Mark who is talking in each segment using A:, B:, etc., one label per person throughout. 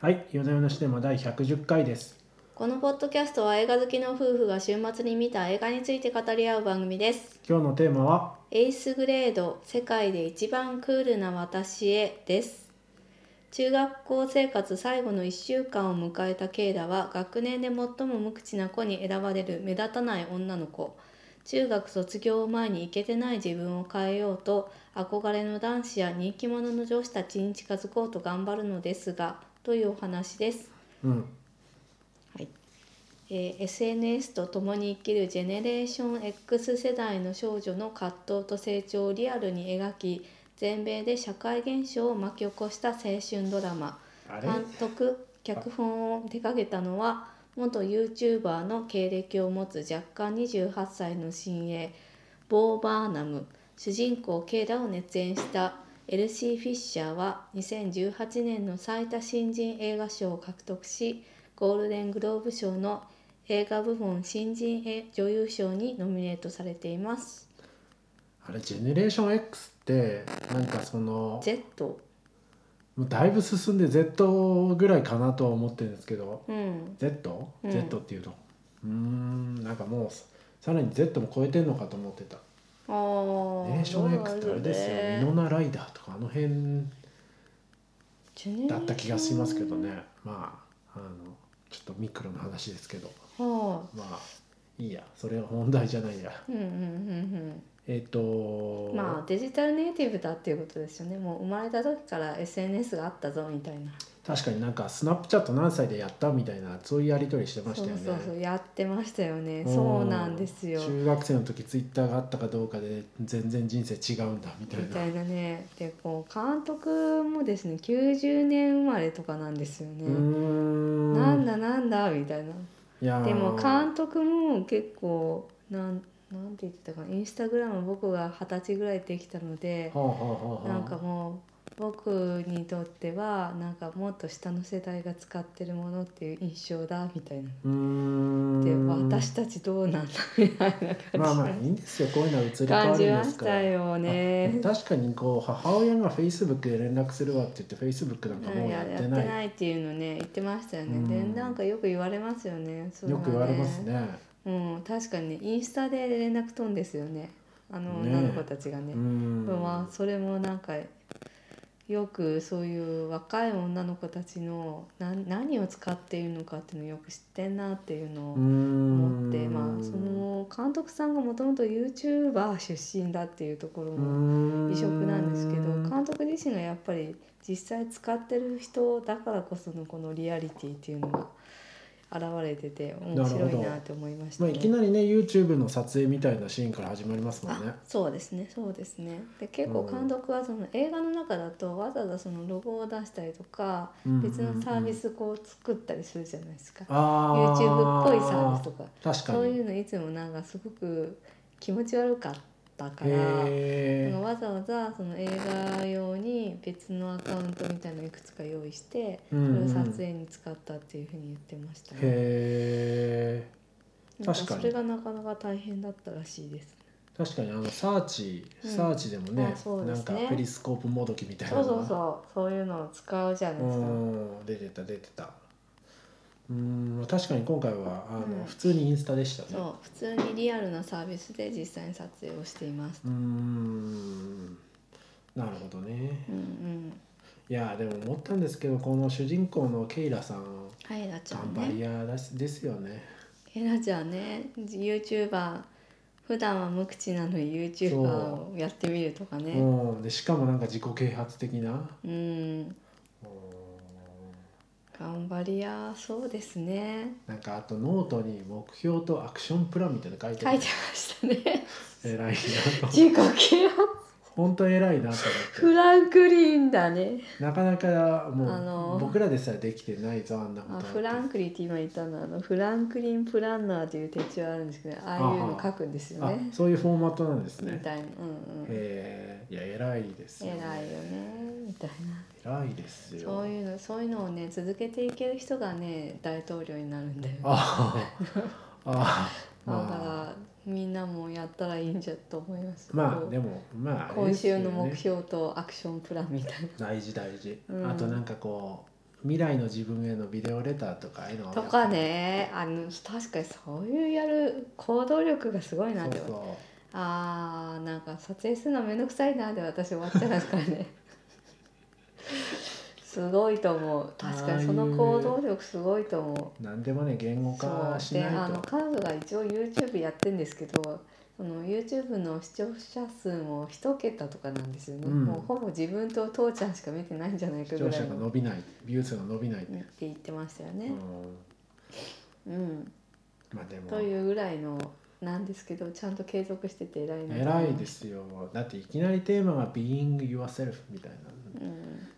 A: はい、夜な夜なシネマ第110回です。
B: このポッドキャストは映画好きの夫婦が週末に見た映画について語り合う番組です。
A: 今日のテーマは、
B: エースグレード世界で一番クールな私へです。中学校生活最後の1週間を迎えたケイラは学年で最も無口な子に選ばれる目立たない女の子。中学卒業を前にイケてない自分を変えようと憧れの男子や人気者の上司たちに近づこうと頑張るのですがというお話です。
A: うん、
B: はいえー SNS と共に生きるジェネレーション X 世代の少女の葛藤と成長をリアルに描き全米で社会現象を巻き起こした青春ドラマ
A: あれ
B: 監督脚本を手掛けたのは元 YouTuber の経歴を持つ若干28歳の新鋭ボー・バーナム主人公ケイラを熱演したエルシー・フィッシャーは2018年の最多新人映画賞を獲得しゴールデングローブ賞の映画部門新人え女優賞にノミネートされています。
A: あれジェネレーション X ってなんかその
B: Z、
A: もうだいぶ進んで Z ぐらいかなとは思ってるんですけど、
B: うん、
A: Z?Z、
B: うん
A: Z っていうのうーんなんかもうさらに Z も超えてんのかと思ってた
B: あー
A: ジェネレーション X ってあれですよ、
B: どうなん
A: ミノ
B: だろうね
A: ナライダーとかあの辺
B: ジェネレーション
A: だった気がしますけどねまああのちょっとミクロの話ですけど
B: は
A: まあいいやそれは本題じゃないや
B: あ、うんうんうん
A: えっ、
B: う
A: と
B: ん。まあデジタルネイティブだっていうことですよね。もう生まれた時から SNS があったぞみたいな。
A: 確かになんかスナップチャット何歳でやったみたいなそういうやり取りしてまし
B: そう
A: たよね
B: そうそうやってましたよね。
A: ん
B: そうなんですよ。
A: 中学生の時ツイッターがあったかどうかで全然人生違うんだみたい
B: み
A: な
B: たいなね。でこう監督もですね90年生まれとかなんですよ
A: う
B: ね。
A: ーん
B: なんだなんだみたいな。
A: いやー
B: でも監督も結構なんなんて言ってたかなインスタグラム僕が二十歳ぐらいできたので。
A: はあはあはあはあ
B: なんかもう僕にとってはなんかもっと下の世代が使ってるものっていう印象だみたいな。
A: うーん
B: で私たちどうなんだみたいな感じ,、
A: まあまあいいんですよこういうのは移り変わるん
B: 感じま
A: です
B: し
A: から
B: たよね。
A: 確かにこう母親がフェイスブックで連絡するわって言ってフェイスブックなんかもうや
B: や
A: っ
B: やってて
A: ない
B: ないっていうのね言ってましたよ
A: う
B: ね。
A: ん
B: でなんかよく言われますよね。それ
A: よ
B: は
A: く言われます。ね
B: うん確かにねインスタで連絡飛んですよねあの
A: ねえ
B: 女の子たちがね
A: う。ん
B: まあそれもなんかよくそういう若い女の子たちのな何を使っているのかっていうのをよく知ってんなっていうのを思ってまあその監督さんがもともと YouTuber 出身だっていうところも異色なんですけど監督自身がやっぱり実際使ってる人だからこそのこのリアリティっていうのが現れてて面白いなって思いました
A: まあ、いき
B: ね。
A: なりね YouTube の撮影みたいなシーンから始まりますもんね
B: あそうですねそうですねで結
A: う
B: 構
A: ん
B: 監督はその映画の中だとわざわざそのロゴを出したりとか
A: うんうんうん
B: 別のサービスこう作ったりするじゃないですか、
A: あ
B: YouTube っぽいサービスとか
A: 確かに
B: そういうのいつもなんかすごく気持ち悪かったから。そ
A: へ
B: の
A: ー
B: わざわざその映画用に別のアカウントみたいのをいくつか用意して
A: うん
B: そ
A: うん
B: れを撮影に使ったっていうふうに言ってましたね、
A: へ
B: なん
A: 確か
B: か
A: に
B: それがなかなか大変だったらしいです
A: ー確かにあのサーチ、
B: うん
A: サーチでもね
B: あそうで
A: な
B: す
A: ん
B: ね
A: かペリスコープもどきみたいな
B: そう
A: の
B: そう
A: が
B: そうそういうのを使うじゃないですか、
A: うん出てた出てたうん確かに今回はあの、
B: うん
A: 普通にインスタでしたね
B: そう普通にリアルなサービスで実際に撮影をしています、
A: うんなるほどね
B: うんうん、
A: いやでも思ったんですけどこの主人公のケイラさん
B: カイラちゃ
A: 頑
B: ん
A: 張り
B: ね
A: 屋だしですよね。
B: カイラちゃんね YouTuber 普段は無口なのに YouTuber をやってみるとかね
A: うん、でしかもなんか自己啓発的な。
B: う
A: う
B: ん
A: ん
B: 頑張りやそうですね
A: なんかあとノートに目標とアクションプランみたいなの書いて
B: 書
A: あ
B: い
A: る
B: てましたね
A: 偉いなと
B: 自己啓発
A: 本当偉いなと思
B: フ
A: っ
B: ランクリンだね
A: てなかなかもう、
B: あの
A: 僕らでさえできてないぞあんなこと
B: あ
A: って
B: フランクリンって今言ったのはあのフランクリンプランナーという手帳あるんですけどああいうの書くんですよ
A: あ
B: ね
A: そういうフォーマットなんです
B: み
A: ね。
B: たいなうんうん
A: えー、いや偉いです
B: 偉
A: よ、
B: いよねみたいな
A: 偉いですよ。
B: そういうのそういうのをね続けていける人がね大統領になるんだよ
A: ああああ
B: だ
A: まあ
B: からみんなもやったらいいんじゃと思います
A: ま
B: こ
A: あ
B: う
A: でもまああれ
B: 今
A: ですよ
B: 週
A: ね
B: の目標とアクションプランみたいな
A: 大事大事、
B: うん
A: あとなんかこう未来の自分へのビデオレターとかああいうのをやって
B: とかねあの確かにそういうやる行動力がすごいな
A: そ
B: っ
A: う
B: て思う
A: そ
B: あーなんか撮影するのめんどくさいなで私終わっちゃいますから ねすごいと思う確かにその行動力すごいと思
A: う何でもね言語
B: うそう
A: 化し
B: で
A: ない
B: あの
A: と
B: 彼女が一応 YouTube やってんですけどその YouTube の視聴者数も一桁とかなんですよね、
A: うん
B: もうほぼ自分と父ちゃんしか見てないんじゃないか
A: 視
B: ぐ
A: 聴
B: ら
A: 者
B: い
A: が
B: の
A: 伸びないビュー数が伸びない、
B: って言ってましたよ
A: う
B: ね
A: ん、
B: うん、
A: まあでも
B: というぐらいのなんですけどちゃんと継続してて偉いな、
A: 偉いですすよだっていきなりテーマが「Being Yourself」みたいな
B: うん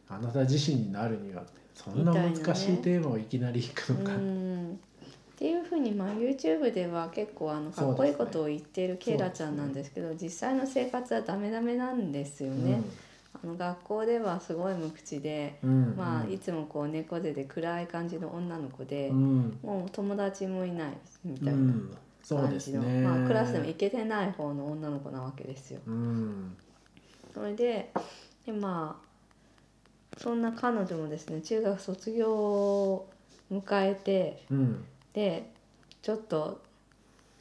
A: あなた自身になるにはそんな難しいテーマをいきなりいく
B: う
A: のか、
B: ん、っていうふうに、まあ、YouTube では結構あの
A: そうですね
B: かっこいいことを言っているケイラちゃんなんですけど実際の生活はダメダメなんですよね。あの学校ではすごい無口で、
A: うんうん
B: まあ、いつもこう猫背で暗い感じの女の子で、
A: うん
B: もう友達もいないみ
A: う、
B: たいなん
A: そう
B: 感
A: で
B: じ
A: す
B: の、
A: ね、
B: まあ、クラスでもイケてない方の女の子なわけですよ。
A: うん
B: それででまあそんな彼女もですね中学卒業を迎えて
A: うん
B: でちょっと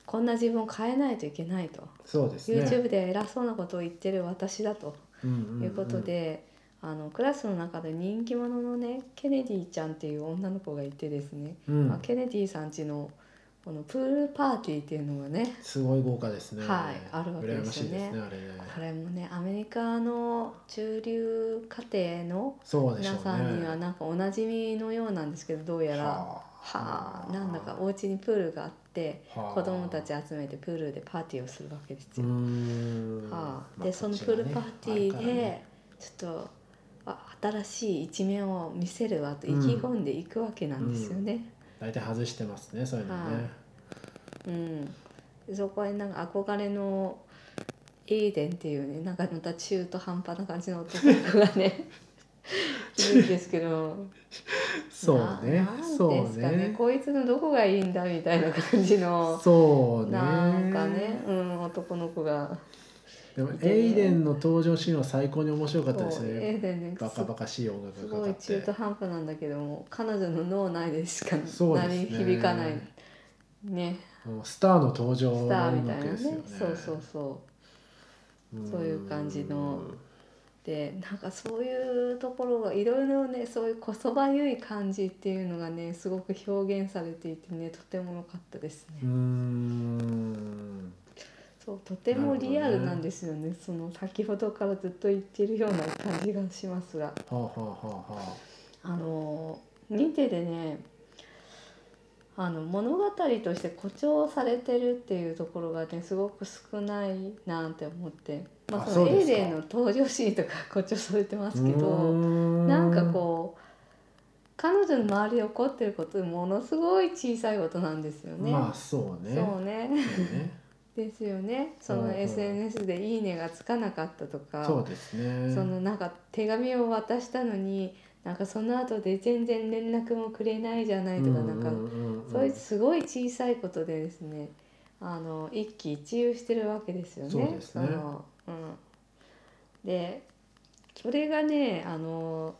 B: こんな自分を変えないといけないと、
A: そうですね
B: YouTube で偉そうなことを言ってる私だと
A: い
B: いうことで、あのクラスの中で人気者のねケネディちゃんっていう女の子がいてですね、
A: うんうんうん
B: まあ、ケネディさんちのこのプールパーティーっていうのがね
A: すごい豪華ですね
B: はいあるわけ
A: 羨
B: で
A: ますし
B: よ
A: いで
B: ね
A: すねあれね
B: これもねアメリカの中流家庭の
A: そうでしょう
B: 皆
A: ね
B: さんにはなんかおなじみのようなんですけどどうやらは
A: は
B: あなんだかお家にプールがあって子供たち集めてプールでパーティーをするわけですよ。はあ、でそのプールパーティーでちょっとあ新しい一面を見せるわと意気込んでいくわけなんですよね。
A: 大体外してますねそういうの
B: は
A: ね
B: いうんでそこへなんか憧れのエーデンっていうねなんかまた中途半端な感じの男の子が ねいるんですけど
A: そうね
B: ななん
A: そ
B: です
A: う
B: かね
A: ね
B: こいつのどこがいいんだみたいな感じの、
A: そうね
B: なんかね、うん、男の子が
A: でもエイデンの登場シーンは最高に面白かったです
B: そう
A: ね
B: えーね
A: バカバカしい音楽
B: す
A: がか
B: ご
A: か
B: い
A: っ
B: 中
A: て
B: 途半端なんだけども彼女の脳内でしか
A: そうです
B: 鳴
A: ね
B: り響かないね
A: もうスターの登場
B: ス
A: の
B: ターみ
A: 音
B: たいな
A: 楽
B: ね
A: ですよね
B: そうそうそうそういう感じのでなんかそういうところがいろいろねそういうこそばゆい感じっていうのがねすごく表現されていてねとても良かったですね。
A: うーん
B: そうとてもリアルなんですよねその先ほどからずっと言ってるような感じがしますが
A: はあはあはあは
B: あの認定でねあの物語として誇張されてるっていうところがねすごく少ないなって思って、まあ、
A: あ
B: その
A: そう
B: エ
A: ですか
B: ーデンの登場シーンとか誇張されてま
A: あ
B: すけど。な
A: なん
B: かこう彼女の周りで起こってることものすごい小さいことなんですよね。
A: まあそうね
B: そうね
A: そうね
B: ですよね。そ
A: うん
B: の
A: うん
B: SNS で「いいね」がつかなかったとか
A: そうですね
B: そのなんか手紙を渡したのになんかその後で全然連絡もくれないじゃないとか、なんかそういうすごい小さいことでですねあの一喜一憂してるわけですよね。
A: そうですね
B: のうん、でそれがねあの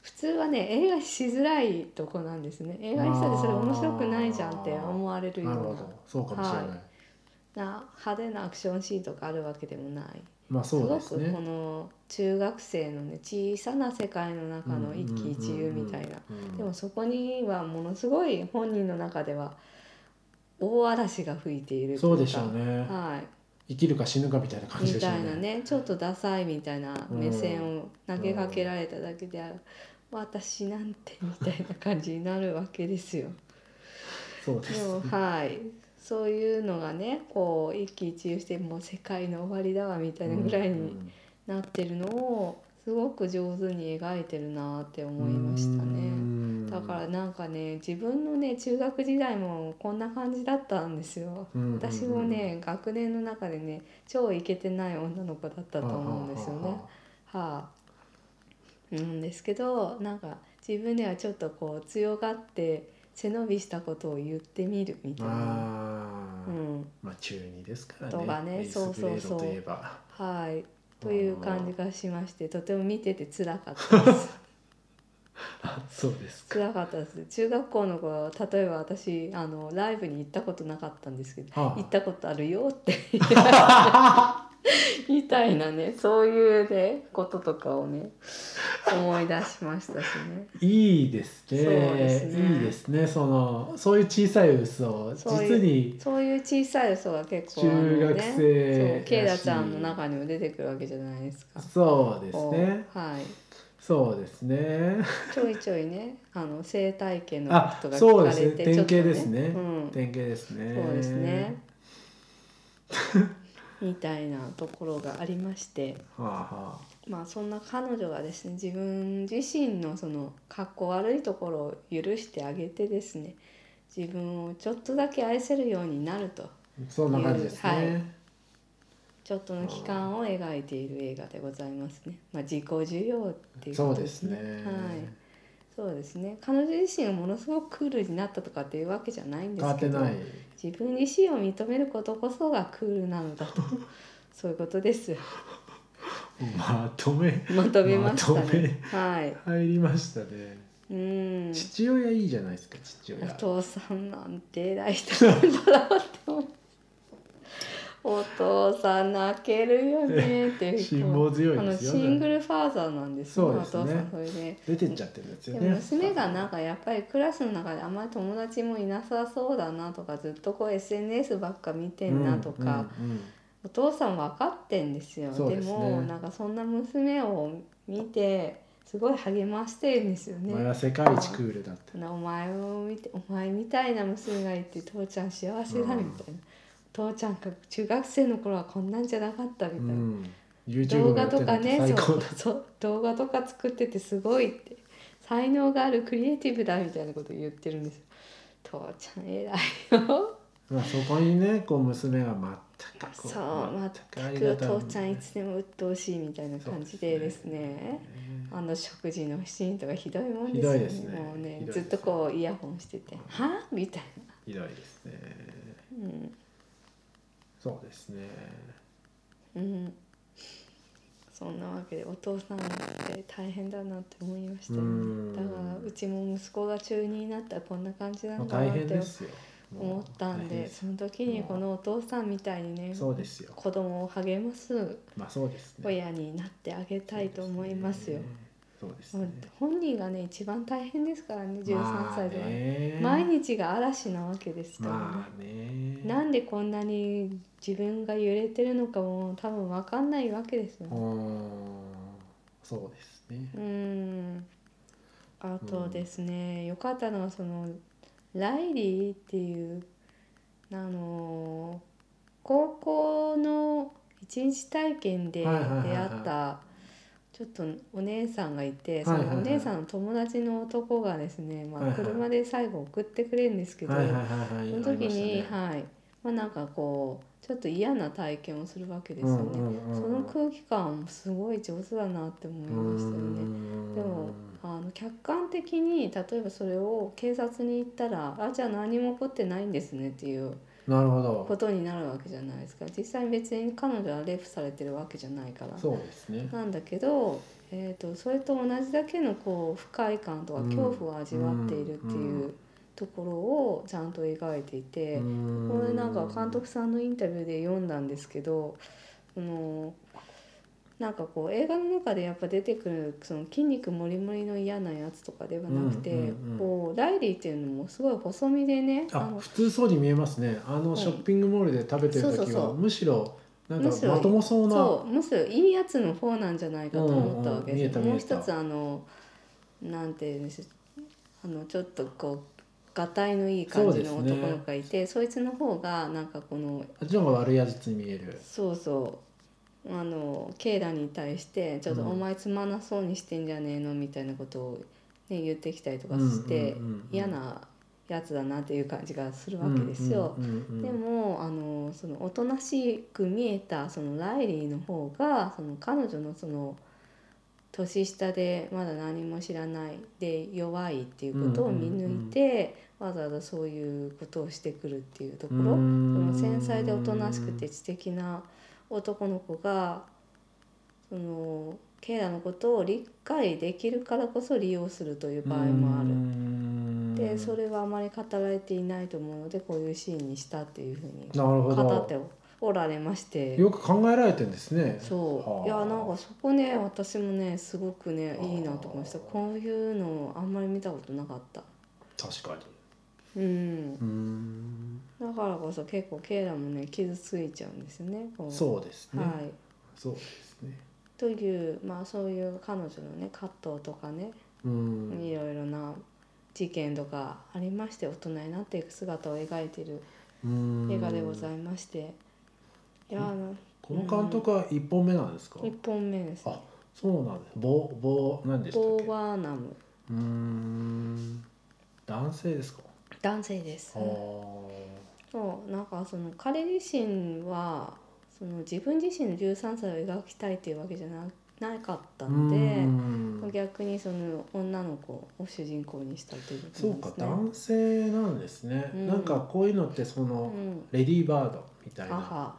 B: 普通はね映画しづらいとこなんですね映画にしたらそれ面白くないじゃんって思われるよ
A: なるほ
B: う
A: どそうかもしれない、
B: はなな派手なアクションシーンとかあるわけでもない
A: まあそうですす
B: ごく
A: ね
B: この中学生のね小さな世界の中の一喜一憂みたいな、
A: うんうんうんうん
B: でもそこにはものすごい本人の中では大嵐が吹いているとい
A: そうでしょうね
B: はい
A: 生きるか死ぬかみたいな感じ
B: み
A: でしょう
B: た
A: ね
B: いなねちょっとダサいみたいな目線を投げかけられただけである、私なんてみたいな感じになるわけですよ。
A: そうで
B: ですもはいそういうのがねこう一喜一憂してもう世界の終わりだわみたいなぐらいになってるのをすごく上手に描いてるなって思いましたね。
A: ね
B: だからなんかね自分のね中学時代もこんな感じだったんですよ。私もね学年の中でね超イケてない女の子だったと思うんですよね。はあうんですけどなんか自分ではちょっとこう強がって背伸びしたことを言ってみるみたいな。
A: あ
B: う
A: ー
B: ん、
A: まあ中二ですから
B: とか
A: ね
B: ね
A: エリスグレードといえば
B: はいという感じがしましてとても見てて辛かったです。
A: あそうです
B: 少
A: か。
B: なかったです中学校の頃例えば私あのライブに行ったことなかったんですけど
A: は
B: 行ったことあるよって みたいなねそういうねこととかをね思い出しましたしね
A: いいですね
B: そうですね
A: いいですねそのそういう小さい嘘を
B: そう
A: 実
B: いう
A: に
B: そういう小さい嘘が結構あの
A: 中学
B: ねそ
A: 生
B: うケイラちゃんの
A: に
B: 中にも出てくるわけじゃないですか。
A: そうですね
B: こうはい、
A: そうですね
B: ちょいちょいねあの生態系の
A: あ
B: ことが
A: そう
B: 聞
A: で
B: か
A: す
B: れ
A: ね
B: て
A: 典
B: ちょっ
A: 型
B: とね
A: ですね
B: うん、
A: 典型ですね
B: そうですね。みたいなところがありまして
A: はあは
B: まあそんな彼女がですね自分自身のその格好悪いところを許してあげてですね自分をちょっとだけ愛せるようになると
A: あそんな感じですね、
B: はいちょっとの期間を描いている映画でございますね。まあ自己需要っていう
A: そ
B: こ
A: う
B: と
A: ですね、
B: はい。そうですね。彼女自身がものすごくクールになったとかっていうわけじゃないんで
A: 変わ
B: す
A: っ
B: け
A: て
B: ど、
A: ない
B: 自分自身を認めることこそがクールなのだと、そういうこと です。
A: まとめ
B: まとめました
A: まとめ
B: ね。はい。
A: 入りましたね
B: うん。
A: 父親いいじゃないですか父
B: お
A: 親
B: 父さんなんて偉い人なんだろうって思う。お父さん泣けるよねって いう。
A: 辛抱強
B: あ
A: い
B: の
A: ですよ
B: シングルファーザーなんですよ、
A: そう
B: お
A: ですね
B: 父さんそれで。
A: 出てっちゃってるんです
B: で
A: よ
B: も
A: ね
B: 娘がなんかやっぱりクラスの中であんまり友達もいなさそうだなとかずっとこう SNS ばっか見てんなとか、
A: うんうんうん
B: お父さん分かってんですよ
A: そう
B: で
A: ですね
B: もなんかそんな娘を見てすごい励ましてるんですよ
A: お前は
B: ね。
A: 世界一クールだって
B: お前を見てお前みたいな娘がいて父ちゃん幸せだみたいな、父ちゃんが中学生の頃はこんなんじゃなかったみたいな。
A: うん、YouTube
B: 動画とかね
A: がやってるのって最高
B: そう
A: だ
B: そう動画とか作っててすごいって才能があるクリエイティブだみたいなこと言ってるんですよ父ちゃん偉いよ
A: まあそこにねこう娘が全くこ
B: そう
A: あ
B: 全
A: り
B: く
A: がた
B: 父ちゃんいつでも鬱陶しいみたいな感じでですねあの食事のシーンとかひどいもんですよ
A: ひど
B: ね
A: いですね
B: もうね
A: ひどいです
B: ずっとこうイヤホンしてて「はみたい
A: ひどいですね
B: な、うん
A: そうですね
B: うん、そんなわけでお父さんって大変だなって思いました
A: う
B: よ
A: ん
B: ねだからうちも息子が中2になったらこんな感じな
A: も
B: ん
A: う
B: だな
A: 大
B: っ
A: 変で
B: て
A: すよも
B: 思
A: う
B: ったん
A: 大変
B: ですその時にこのお父さんみたいにね
A: そうですよ
B: 子供を励ます
A: まあそうですね
B: 親になってあげたいと思いますよ。
A: そうです
B: もう
A: ね
B: 本人がね一番大変ですからね13歳では、
A: まあね
B: 毎日が嵐なわけですからね。
A: まあね
B: なんでこんなに自分が揺れてるのかも多分わかんないわけですよね
A: う。んそうですね
B: うんあ
A: う
B: と
A: ん
B: ですね、良かったのはそのライリーっていうあの高校の一日体験で出
A: はい
B: 会
A: はいはいはい
B: ったちょっとお姉さんがいて、
A: はいはいはい
B: そのお姉さんの友達の男がですね、
A: はい
B: ま
A: は
B: あ、
A: い
B: 車で最後送ってくれるんですけど、
A: はいはいはいはい
B: その時に、
A: い
B: はいまあなんかこうちょっと嫌な体験をするわけですよね。その
A: で
B: 空気感もすごい上手だなって思いましたよね。でもあの客観的に例えばそれを警察に言ったら「あじゃあ何も起こってないんですね」っていう
A: なるほど
B: ことになるわけじゃないですか実際に別に彼女はレイプされてるわけじゃないから
A: そうですね
B: なんだけど、えー、とそれと同じだけのこう不快感とか
A: うん
B: 恐怖を味わっているっていううところをちゃんと描いていて、これなんか監督さんのインタビューで読んだんですけどそのなんかこう映画の中でやっぱ出てくるその筋肉もりもりの嫌なやつとかではなくて、
A: うんうんうん
B: こうライリーっていうのもすごい細身でねあ
A: あ
B: の
A: 普通そうに見えますねあのショッピングモールで食べてる時は、
B: そうそうそう
A: むしろなんか
B: むしろ
A: まともそうな
B: そうむしろいいやつの方なんじゃないかと思ったわけです、
A: うんうん
B: も
A: 見
B: う
A: えた
B: 一
A: 見えた
B: つあのなんていうんですあのちょっとこうがたいのいい感じの
A: そう
B: 男
A: ですね
B: の子がいてそ,、いつの方がなんかこの
A: あっちの方が悪い味に見える
B: そうそうあのケイラに対してちょっと
A: うん
B: お前つまんなそうにしてんじゃねえのみたいなことを、ね、言ってきたりとかして、
A: うんうんうんうん
B: 嫌なやつだなっていう感じがするわけですよ。
A: うんうんうん
B: でもあのそのおとなしく見えたそのライリーの方がその彼女のその年下でまだ何も知らないで弱いっていうことを見抜いて、わざわざそういうことをしてくるっていうとこ
A: う
B: ろ、そ
A: ん
B: の繊細でおとなしくて知的な男の子がそのケイラのことを理解できるからこそ利用するという場合もある。でそれはあまり語られていないと思うのでこういうシーンにしたっていうふうに
A: なるほ
B: 語って
A: ど
B: おられまして
A: よく考えられてんですね
B: そういやなんかそこね私もねすごくねいいなと思いました
A: はあ
B: こういうのあんまり見たことなかった
A: 確かに
B: うん
A: うーん
B: だからこそ結構ケイラもね傷ついちゃうんですよねこ
A: そうですね、
B: はい
A: そうですね
B: というまあそういう彼女のね葛藤とかね
A: うーん
B: いろいろな事件とかありまして大人になっていく姿を描いている
A: うーん
B: 映画でございまして、いやあの
A: この監督は一本目なんですか、
B: 一本目ですね
A: あそうなんですボボ何でしたっ
B: ボ
A: け
B: ーバーナム
A: うーん男性ですか、
B: 男性です
A: あー
B: そうなんかその彼自身はその自分自身の13歳を描きたいっていうわけじゃななかった
A: うー
B: んで、
A: ん
B: 逆にその女の子を主人公にしたということ
A: そ
B: な
A: うん
B: で
A: か
B: すね。
A: 男性なんですね、
B: うん
A: なんかこういうのってその、
B: うん
A: レディーバードみたい
B: あ
A: な
B: は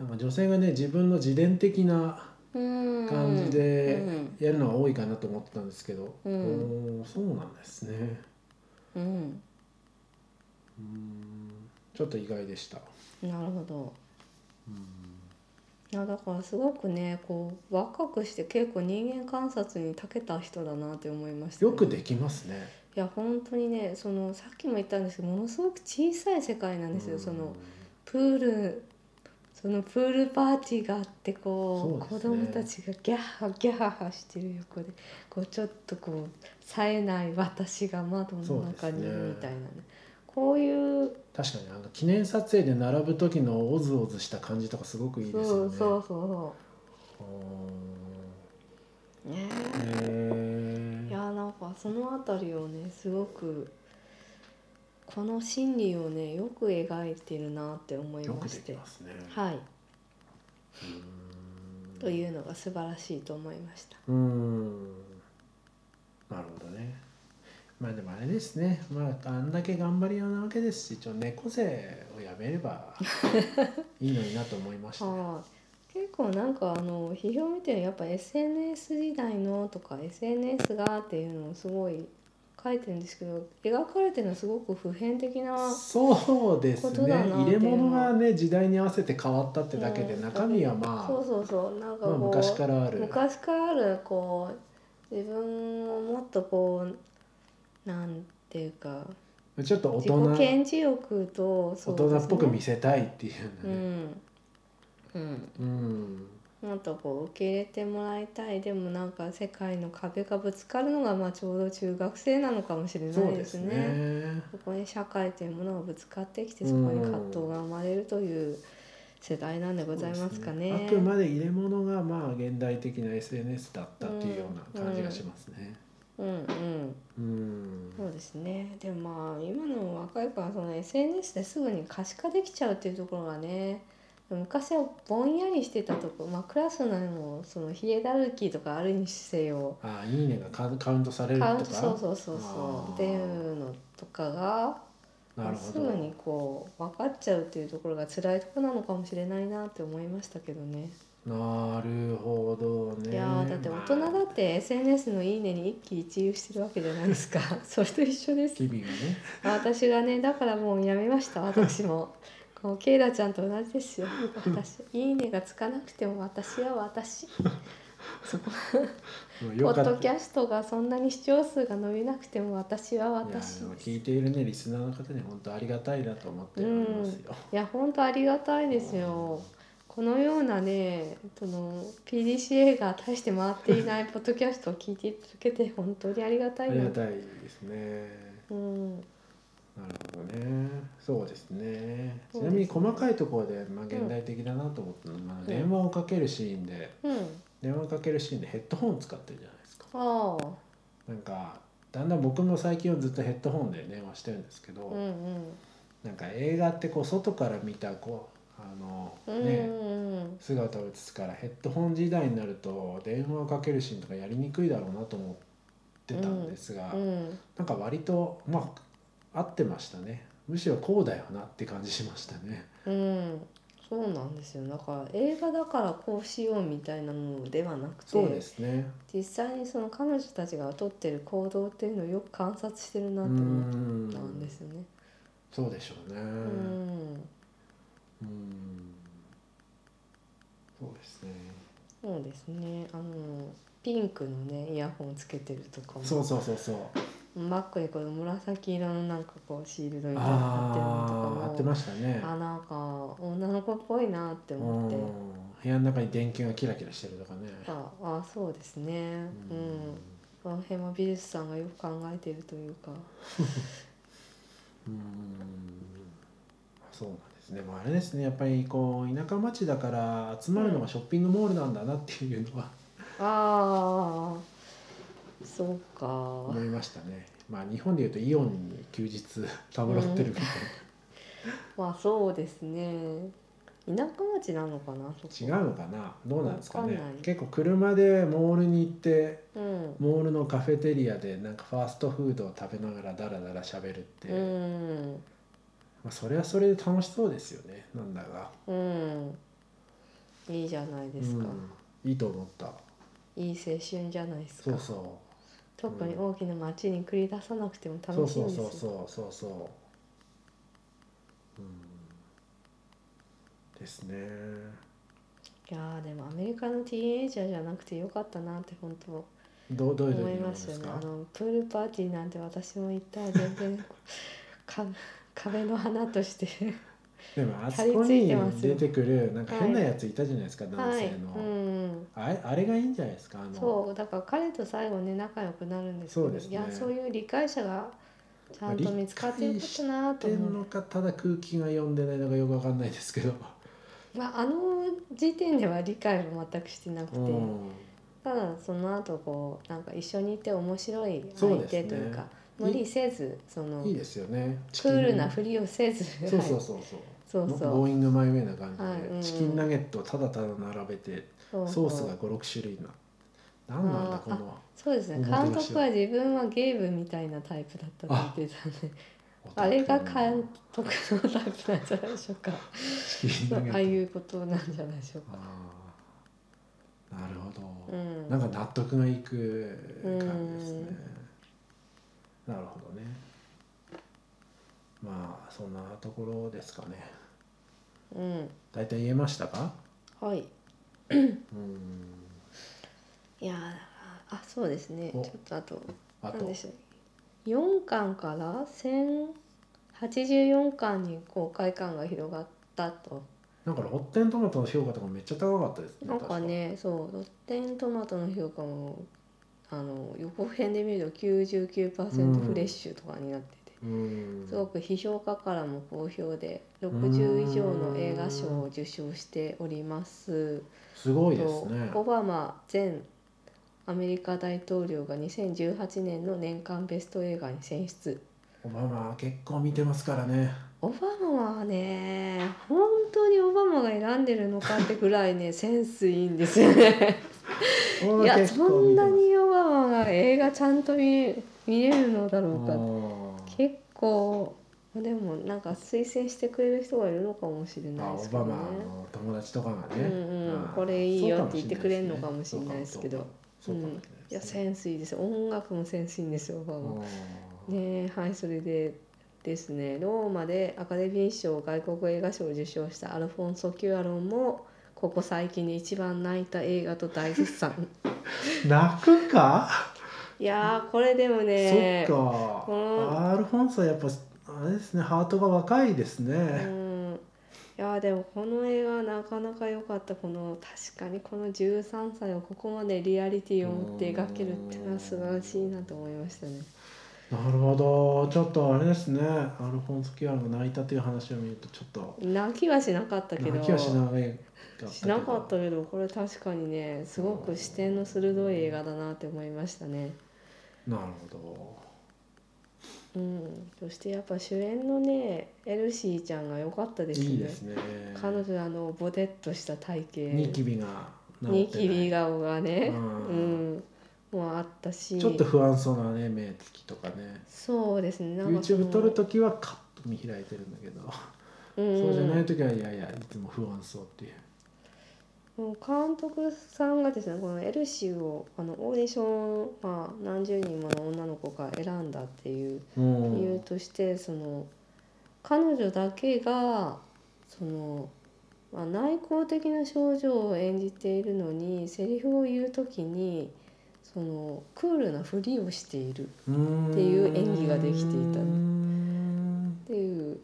A: なんか女性がね自分の自伝的な
B: うん
A: 感じで
B: うん
A: やるのが多いかなと思ってたんですけど、
B: うん
A: おーそうなんですね
B: うん
A: うーんちょっと意外でした
B: なるほど
A: うん
B: いやだからすごくねこう若くして結構人間観察に長けた人だなって思いましたね、
A: よくできますね
B: いや本当にねそのさっきも言ったんですけどものすごく小さい世界なんですよ、
A: うん
B: そのプールそのプールパーティーがあってこう
A: そう
B: 子
A: ですね
B: 供たちがギャッハギャッハしてる横でこうちょっとこう冴えない私が窓の中にい
A: そうですね
B: るみたいなねこういう
A: 確かにあの記念撮影で並ぶ時のオズオズした感じとかすごくいいです
B: そ
A: よ
B: う
A: ね
B: そうそう
A: う
B: そうね
A: ーんへ
B: い
A: え
B: やなんかその辺りをねすごくこの心理をねよく描いてるなって思い
A: よ
B: ま
A: く
B: し
A: でき
B: て
A: ますね
B: はいと
A: う
B: いうのが素晴らしいと思いました
A: ーんなるほどねまあでもあれですねまああんだけ頑張り屋なわけですし一応猫背をやめれ ばいいのになと思いましたね、
B: はい、結構なんかあの批評見てるやっぱ SNS 時代のとか SNS がっていうのをすごい書いてるんですけど描かれてるのはすごく普遍的な
A: そうです
B: ことだな
A: ね
B: っていうのは
A: 入れ物がね時代に合わせて変わったってだけで
B: うん
A: 中身はまあ
B: そうそうそうなんか
A: まあ、
B: こ
A: 昔
B: う、
A: からある
B: 昔からあるこう自分をもっとこうなんていうか
A: ちょっと大
B: 自己
A: 人
B: 顕示欲とそ
A: 大
B: うです
A: 人
B: ね
A: っぽく見せたいっていう
B: う
A: ね
B: ん、うん、
A: うん、
B: もっとこう受け入れてもらいたいでもなんか世界の壁がぶつかるのがまあちょうど中学生なのかもしれな
A: そう
B: い
A: で
B: ですすね。
A: ね
B: そこに社会というものがぶつかってきてそこに葛藤が生まれるという世代なんでございますかね。
A: そうですあくまで入れ物がまあ現代的な SNS だったっていうような感じがしますね。
B: うんうん、
A: うん、
B: そうですねでもまあ今の若い子はその SNS ですぐに可視化できちゃうっていうところがね昔はぼんやりしてたとこ、まあ、クラス内のそのヒエラルキーとかあるにせよ、
A: ああいいねがカウンカウントされると
B: カ
A: か
B: ウントそうそうそう
A: あ
B: そ
A: ー
B: うっていうのとかが
A: なるほ
B: す
A: ど
B: ぐにこう分かっちゃうっていうところが辛いところなのかもしれないなって思いましたけどね。
A: なるほどね
B: いやーだって大人だ
A: まあ
B: って SNS の「いいね」に一喜一憂してるわけじゃな いですかそれと一緒です
A: 日々がね
B: 私がねだからもうやめました私も こうケイラちゃんと同じですよ私「いいね」がつかなくても私は私
A: まあ
B: ポ
A: よ
B: ッ
A: か
B: ド
A: っ
B: キ
A: た
B: ャストがそんなに視聴数が伸びなくても私はい
A: や
B: 私
A: でも聞いているねリスナーの方に本当ありがたいなと思っておりますよ。
B: いや本当ありがたいですよ。このようなね、その PDCA が大して回ってい ないポッドキャストを聞いていただけて本当にありがた
A: あ
B: い
A: りが
B: な。
A: たいですね。
B: うん、
A: なるほどね。そうですね。ち
B: そうで
A: な
B: すね
A: みに細かいところで、まあ、現代的だなと思ったのは、
B: ん
A: 電話をかけるシーンで、
B: うん、
A: 電話をかけるシーンでヘッドホン使ってるじゃないですか。
B: あ
A: なんかだんだん僕も最近はずっとヘッドホンで電話してるんですけど、
B: あ、うんうん、
A: なんか映画ってこう外から見たこうあの
B: う
A: ね、
B: んうん、
A: 姿を映すからヘッドホン時代になると電話をかけるシーンとかやりにくいだろうなと思ってたんですが、
B: うん、
A: なんか割とまあ合ってましたねむしろこうだよなって感じしましたね。
B: うん、そうなんですよだから映画だからこうしようみたいなのではなくて
A: そうですね
B: 実際にその彼女たちがとってる行動っていうのをよく観察してるな
A: う
B: と
A: ー
B: 思っ
A: ん
B: たんですよね。
A: そうでしょうね
B: う
A: うんー
B: ん
A: んそうですね
B: そうですねあのピンクのねイヤホンつけてるとかも
A: そうそうそうそう
B: バックにこの紫色のなんかこうシールドみたいなの
A: ああ
B: 貼
A: 合
B: っ
A: ってて
B: るのとかも
A: ましたね
B: あなんか女の子っぽいなって
A: う
B: 思
A: ん
B: って
A: 部屋の中に電球がキラキラしてるとかね
B: ああそうですねうん、この辺も美術さんがよく考えてるというか
A: うーんそうなんですね、まあ、あれですねやっぱりこう田舎町だから集まるのがショッピングモールなんだなっていうのは
B: ああそうか、
A: 思いましたね、まあ日本でいうとイオンに休日 たぶらってるみたい
B: まあそうですね田舎町なのかなそこ
A: な、違うのかなどうなんですかね
B: わかんない
A: 結構車でモールに行って
B: うん
A: モールのカフェテリアでなんかファーストフードを食べながらダラダラ喋るって、
B: うん
A: まあ、それはそれで楽しそうですよねなんだが、
B: うんいいじゃないですか、
A: うん、いいと思った
B: いい青春じゃないですか
A: そうそう
B: 特に大きな町に繰り出さなくても
A: そ
B: 楽
A: う
B: しい
A: そう
B: んです
A: そ
B: よ
A: うそうそうそううんですね
B: いやーでもアメリカのティーンエイジャーじゃなくてよかったなって本当
A: どうどういう時
B: 思い
A: に思うん
B: ま
A: です
B: よ
A: す
B: ね
A: か
B: あのプールパーティーなんて私も行ったら全然か壁の花 として
A: でもあそ
B: 張り
A: こ
B: 付い
A: に
B: てます
A: 出てくるなんか
B: はい
A: 変なやついたじゃないですか、男
B: はい、
A: 性
B: う
A: の、
B: ん、
A: あれあれがいいんじゃないですかあの
B: そうだから彼と最後ね仲良くなるんですけど
A: そうですね
B: いやそういう理解者がちゃんと見つかってよかったなと
A: 言ってん
B: 思
A: の
B: う、
A: かただ空気が読んでないのかよくわかんないですけど、
B: まあ、あの時点では理解は全くしてなくて、
A: うん、
B: ただその後こうなんか一緒にいて面白い
A: そ
B: 相
A: うです
B: 手
A: ね
B: というか
A: い
B: 無理せずその
A: いいですよね
B: クールな
A: ふ
B: ふりをせず
A: そうそ
B: は
A: う
B: い
A: そうそう
B: そうそう
A: ボーイングマイウェイな感じで、
B: はいうん
A: チキンナゲットをただただ並べて
B: そう
A: ソ
B: そう
A: ースが56種類な何なんだ
B: あー
A: この
B: そうですね
A: おもてなし
B: 監
A: を
B: 督は自分はゲームみたいなタイプだったって言ってたんで
A: お
B: あ
A: 宅
B: れが
A: の
B: 監督のタイプなんじゃないでしょうか
A: チキン
B: そ
A: ナ
B: う
A: ゲット
B: ああいうことなんじゃないでしょうか。
A: あーなるほ
B: う
A: ど、
B: ん、
A: なんか納得がいく感じですね、なるほどねまあそんなところですかね
B: うん、
A: 大体言えましたか
B: はい。
A: うん
B: いやーあそうですね。ちょ
A: お
B: っとあと
A: あ
B: 何
A: と
B: でしょう。四巻から千八十四巻に公開感が広がったと。
A: なんかロッテントマトの評価とかめっちゃ高かったです
B: なんかね、そうロッテントマトの評価もあの予告編で見ると九十九パーセントフレッシュとかになってて。
A: 確かうん
B: すごく批評家からも好評で60以上の映画賞を受賞しております。
A: すごいですね
B: オバマ前アメリカ大統領が2018年の年間ベスト映画に選出
A: おママは結構見てますからね
B: オバマはね本当にオバマが選んでるのかってぐらい ねセンスいいんですよねいやそんなにオバマが映画ちゃんと見見れるのだろうか結構でもなんか推薦してくれる人がいるのかもしれ
A: ま
B: な
A: あ、
B: いで
A: オ
B: すけど
A: バ
B: ね
A: マの友達とかがね、
B: うんうん
A: あー
B: これいいよって言ってくれるのかもしれないですけど
A: そうかも
B: いや
A: しれない
B: センスいいですよ音楽もセンスいいんですよオバ
A: う
B: マ
A: ん
B: ねえはいそれでですねローマでアカデミー賞外国映画賞を受賞したアルフォンソ・キュアロンもここ最近で一番泣いた映画と大 絶賛
A: 泣くか、
B: いやーこれでもね
A: そっか、
B: うん
A: アルフォンソはやっぱあれですねハートが若いです
B: う
A: ね、
B: んいやーでもこの映画なかなか良かったこの確かにこの13歳をここまでリアリティを持って描けるっていうのは素晴らしいなと思いましたね。
A: なるほどちょっとあれですねアルフォンソ・キュアロンが泣いたという話を見るとちょっと
B: 泣きはしなかったけど
A: 泣きはしなかったけど
B: しなかったけどこれ確かにねすごく視点の鋭い映画だなって思いましたね。
A: なるほ
B: うん、そしてやっぱ主演のねエルシーちゃんが良かった
A: ど
B: ですね。
A: いいですね
B: 彼女あのボテッとした体
A: ニキ
B: 型
A: ビが
B: ニキビ
A: が、
B: 顔がね、う
A: うん
B: ん、もうあったし
A: ちょっと不安そうなね目つきとかね
B: そうですねなんかその
A: YouTube 撮る時はカッと見開いてるんだけど
B: うん
A: そうじゃない時はいやいやいつも不安そうっていう
B: もう監督さんがですねこの「エルシーを」あのオーディションを、まあ、何十人もの女の子が選んだっていう
A: うん
B: 理由としてその彼女だけがその、まあ、内向的な症状を演じているのにセリフを言う時にそのクールなふりをしているっ
A: って
B: いう演技ができてい
A: た
B: たていう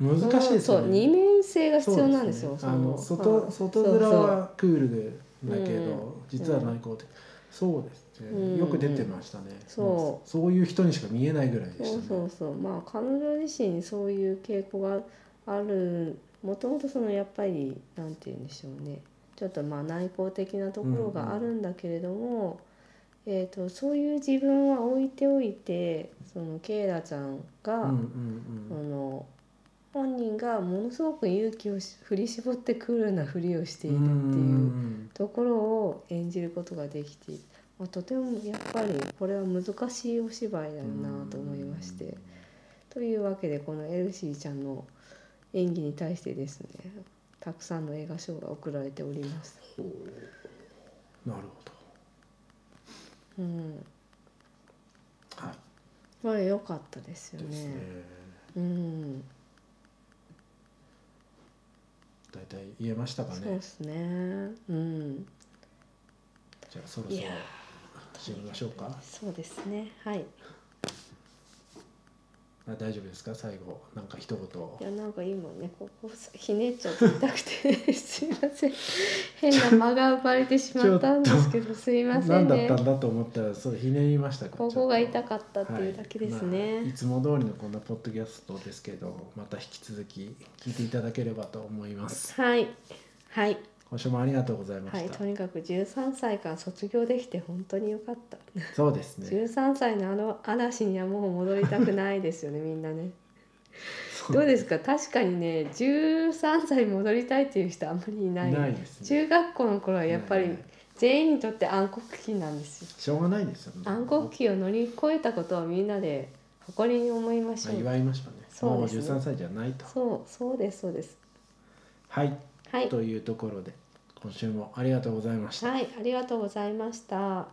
A: 難しいです
B: そ
A: よね
B: う二面性が必要なんです
A: そう
B: よ。
A: ねあの
B: その
A: 外外面
B: そうそう
A: はクールだけど、
B: うん
A: 実は内向的、そうですね、
B: うん
A: よく出てましたね
B: そう
A: もそういう人にしか見えないぐらいでし
B: そ
A: た
B: う
A: ね
B: そうそうまあ彼女自身にそういう傾向があるもともとそのやっぱりなんて言うんでしょうねちょっとまあ内向的なところがあるんだけれども、えー、とそういう自分は置いておいてそのケイラちゃんが、
A: うん
B: そ
A: うん
B: の本人がものすごく勇気をし振り絞ってクールなふりをしてい
A: うん
B: るっていう
A: うん
B: ところを演じることができて、まあ、とてもやっぱりこれは難しいお芝居だよなと思いまして。というわけでこのエルシーちゃんの演技に対してですねたくさんの映画賞が贈られております。
A: ほうなるほ
B: うん、
A: どはい
B: これ良かったですよ
A: です
B: ね。
A: ね
B: うん、
A: 大体言えましたか
B: そう
A: ね
B: ですね。うん、
A: じゃあそろそ
B: い
A: ろ
B: や
A: 締めましょうか
B: ーそうですね。はい。
A: あ大丈夫ですか最後なんか一
B: い
A: 言
B: やなんか今ねここひねっちゃって痛くてすいません変な間が生まれてしまったんですけどすいませ
A: 何
B: ん
A: だ
B: ね
A: ったんだと思ったらそうひねりましたか
B: ここが
A: ちょっと
B: 痛かったっていうだけですね。
A: はいまあいつも通りのこんなポッドキャストですけどまた引き続き聞いていただければと思います
B: はい。はい。
A: 今週もありがとうございま
B: は
A: し
B: い、
A: た、
B: とにかく13歳から卒業できて本当に良かった、
A: そうですね
B: 13歳のあの嵐にはもう戻りたくないで すよねみんなね
A: そう
B: どうですか確かにね13歳に戻りたいっていう人あんまりいない
A: ないですね
B: 中学校の頃はやっぱ
A: ない
B: り
A: ない
B: 全員にとって暗黒期なんですよ
A: しょうがないですよね
B: 暗黒期を乗り越えたことをみんなで誇りに思いまし
A: まあ
B: ょう
A: 祝いましょうね
B: そう
A: もう
B: ですね
A: 13歳じゃないと
B: そうそうですそうです
A: はい、
B: はい
A: というところで今週もありがとうございました
B: はいありがとうございました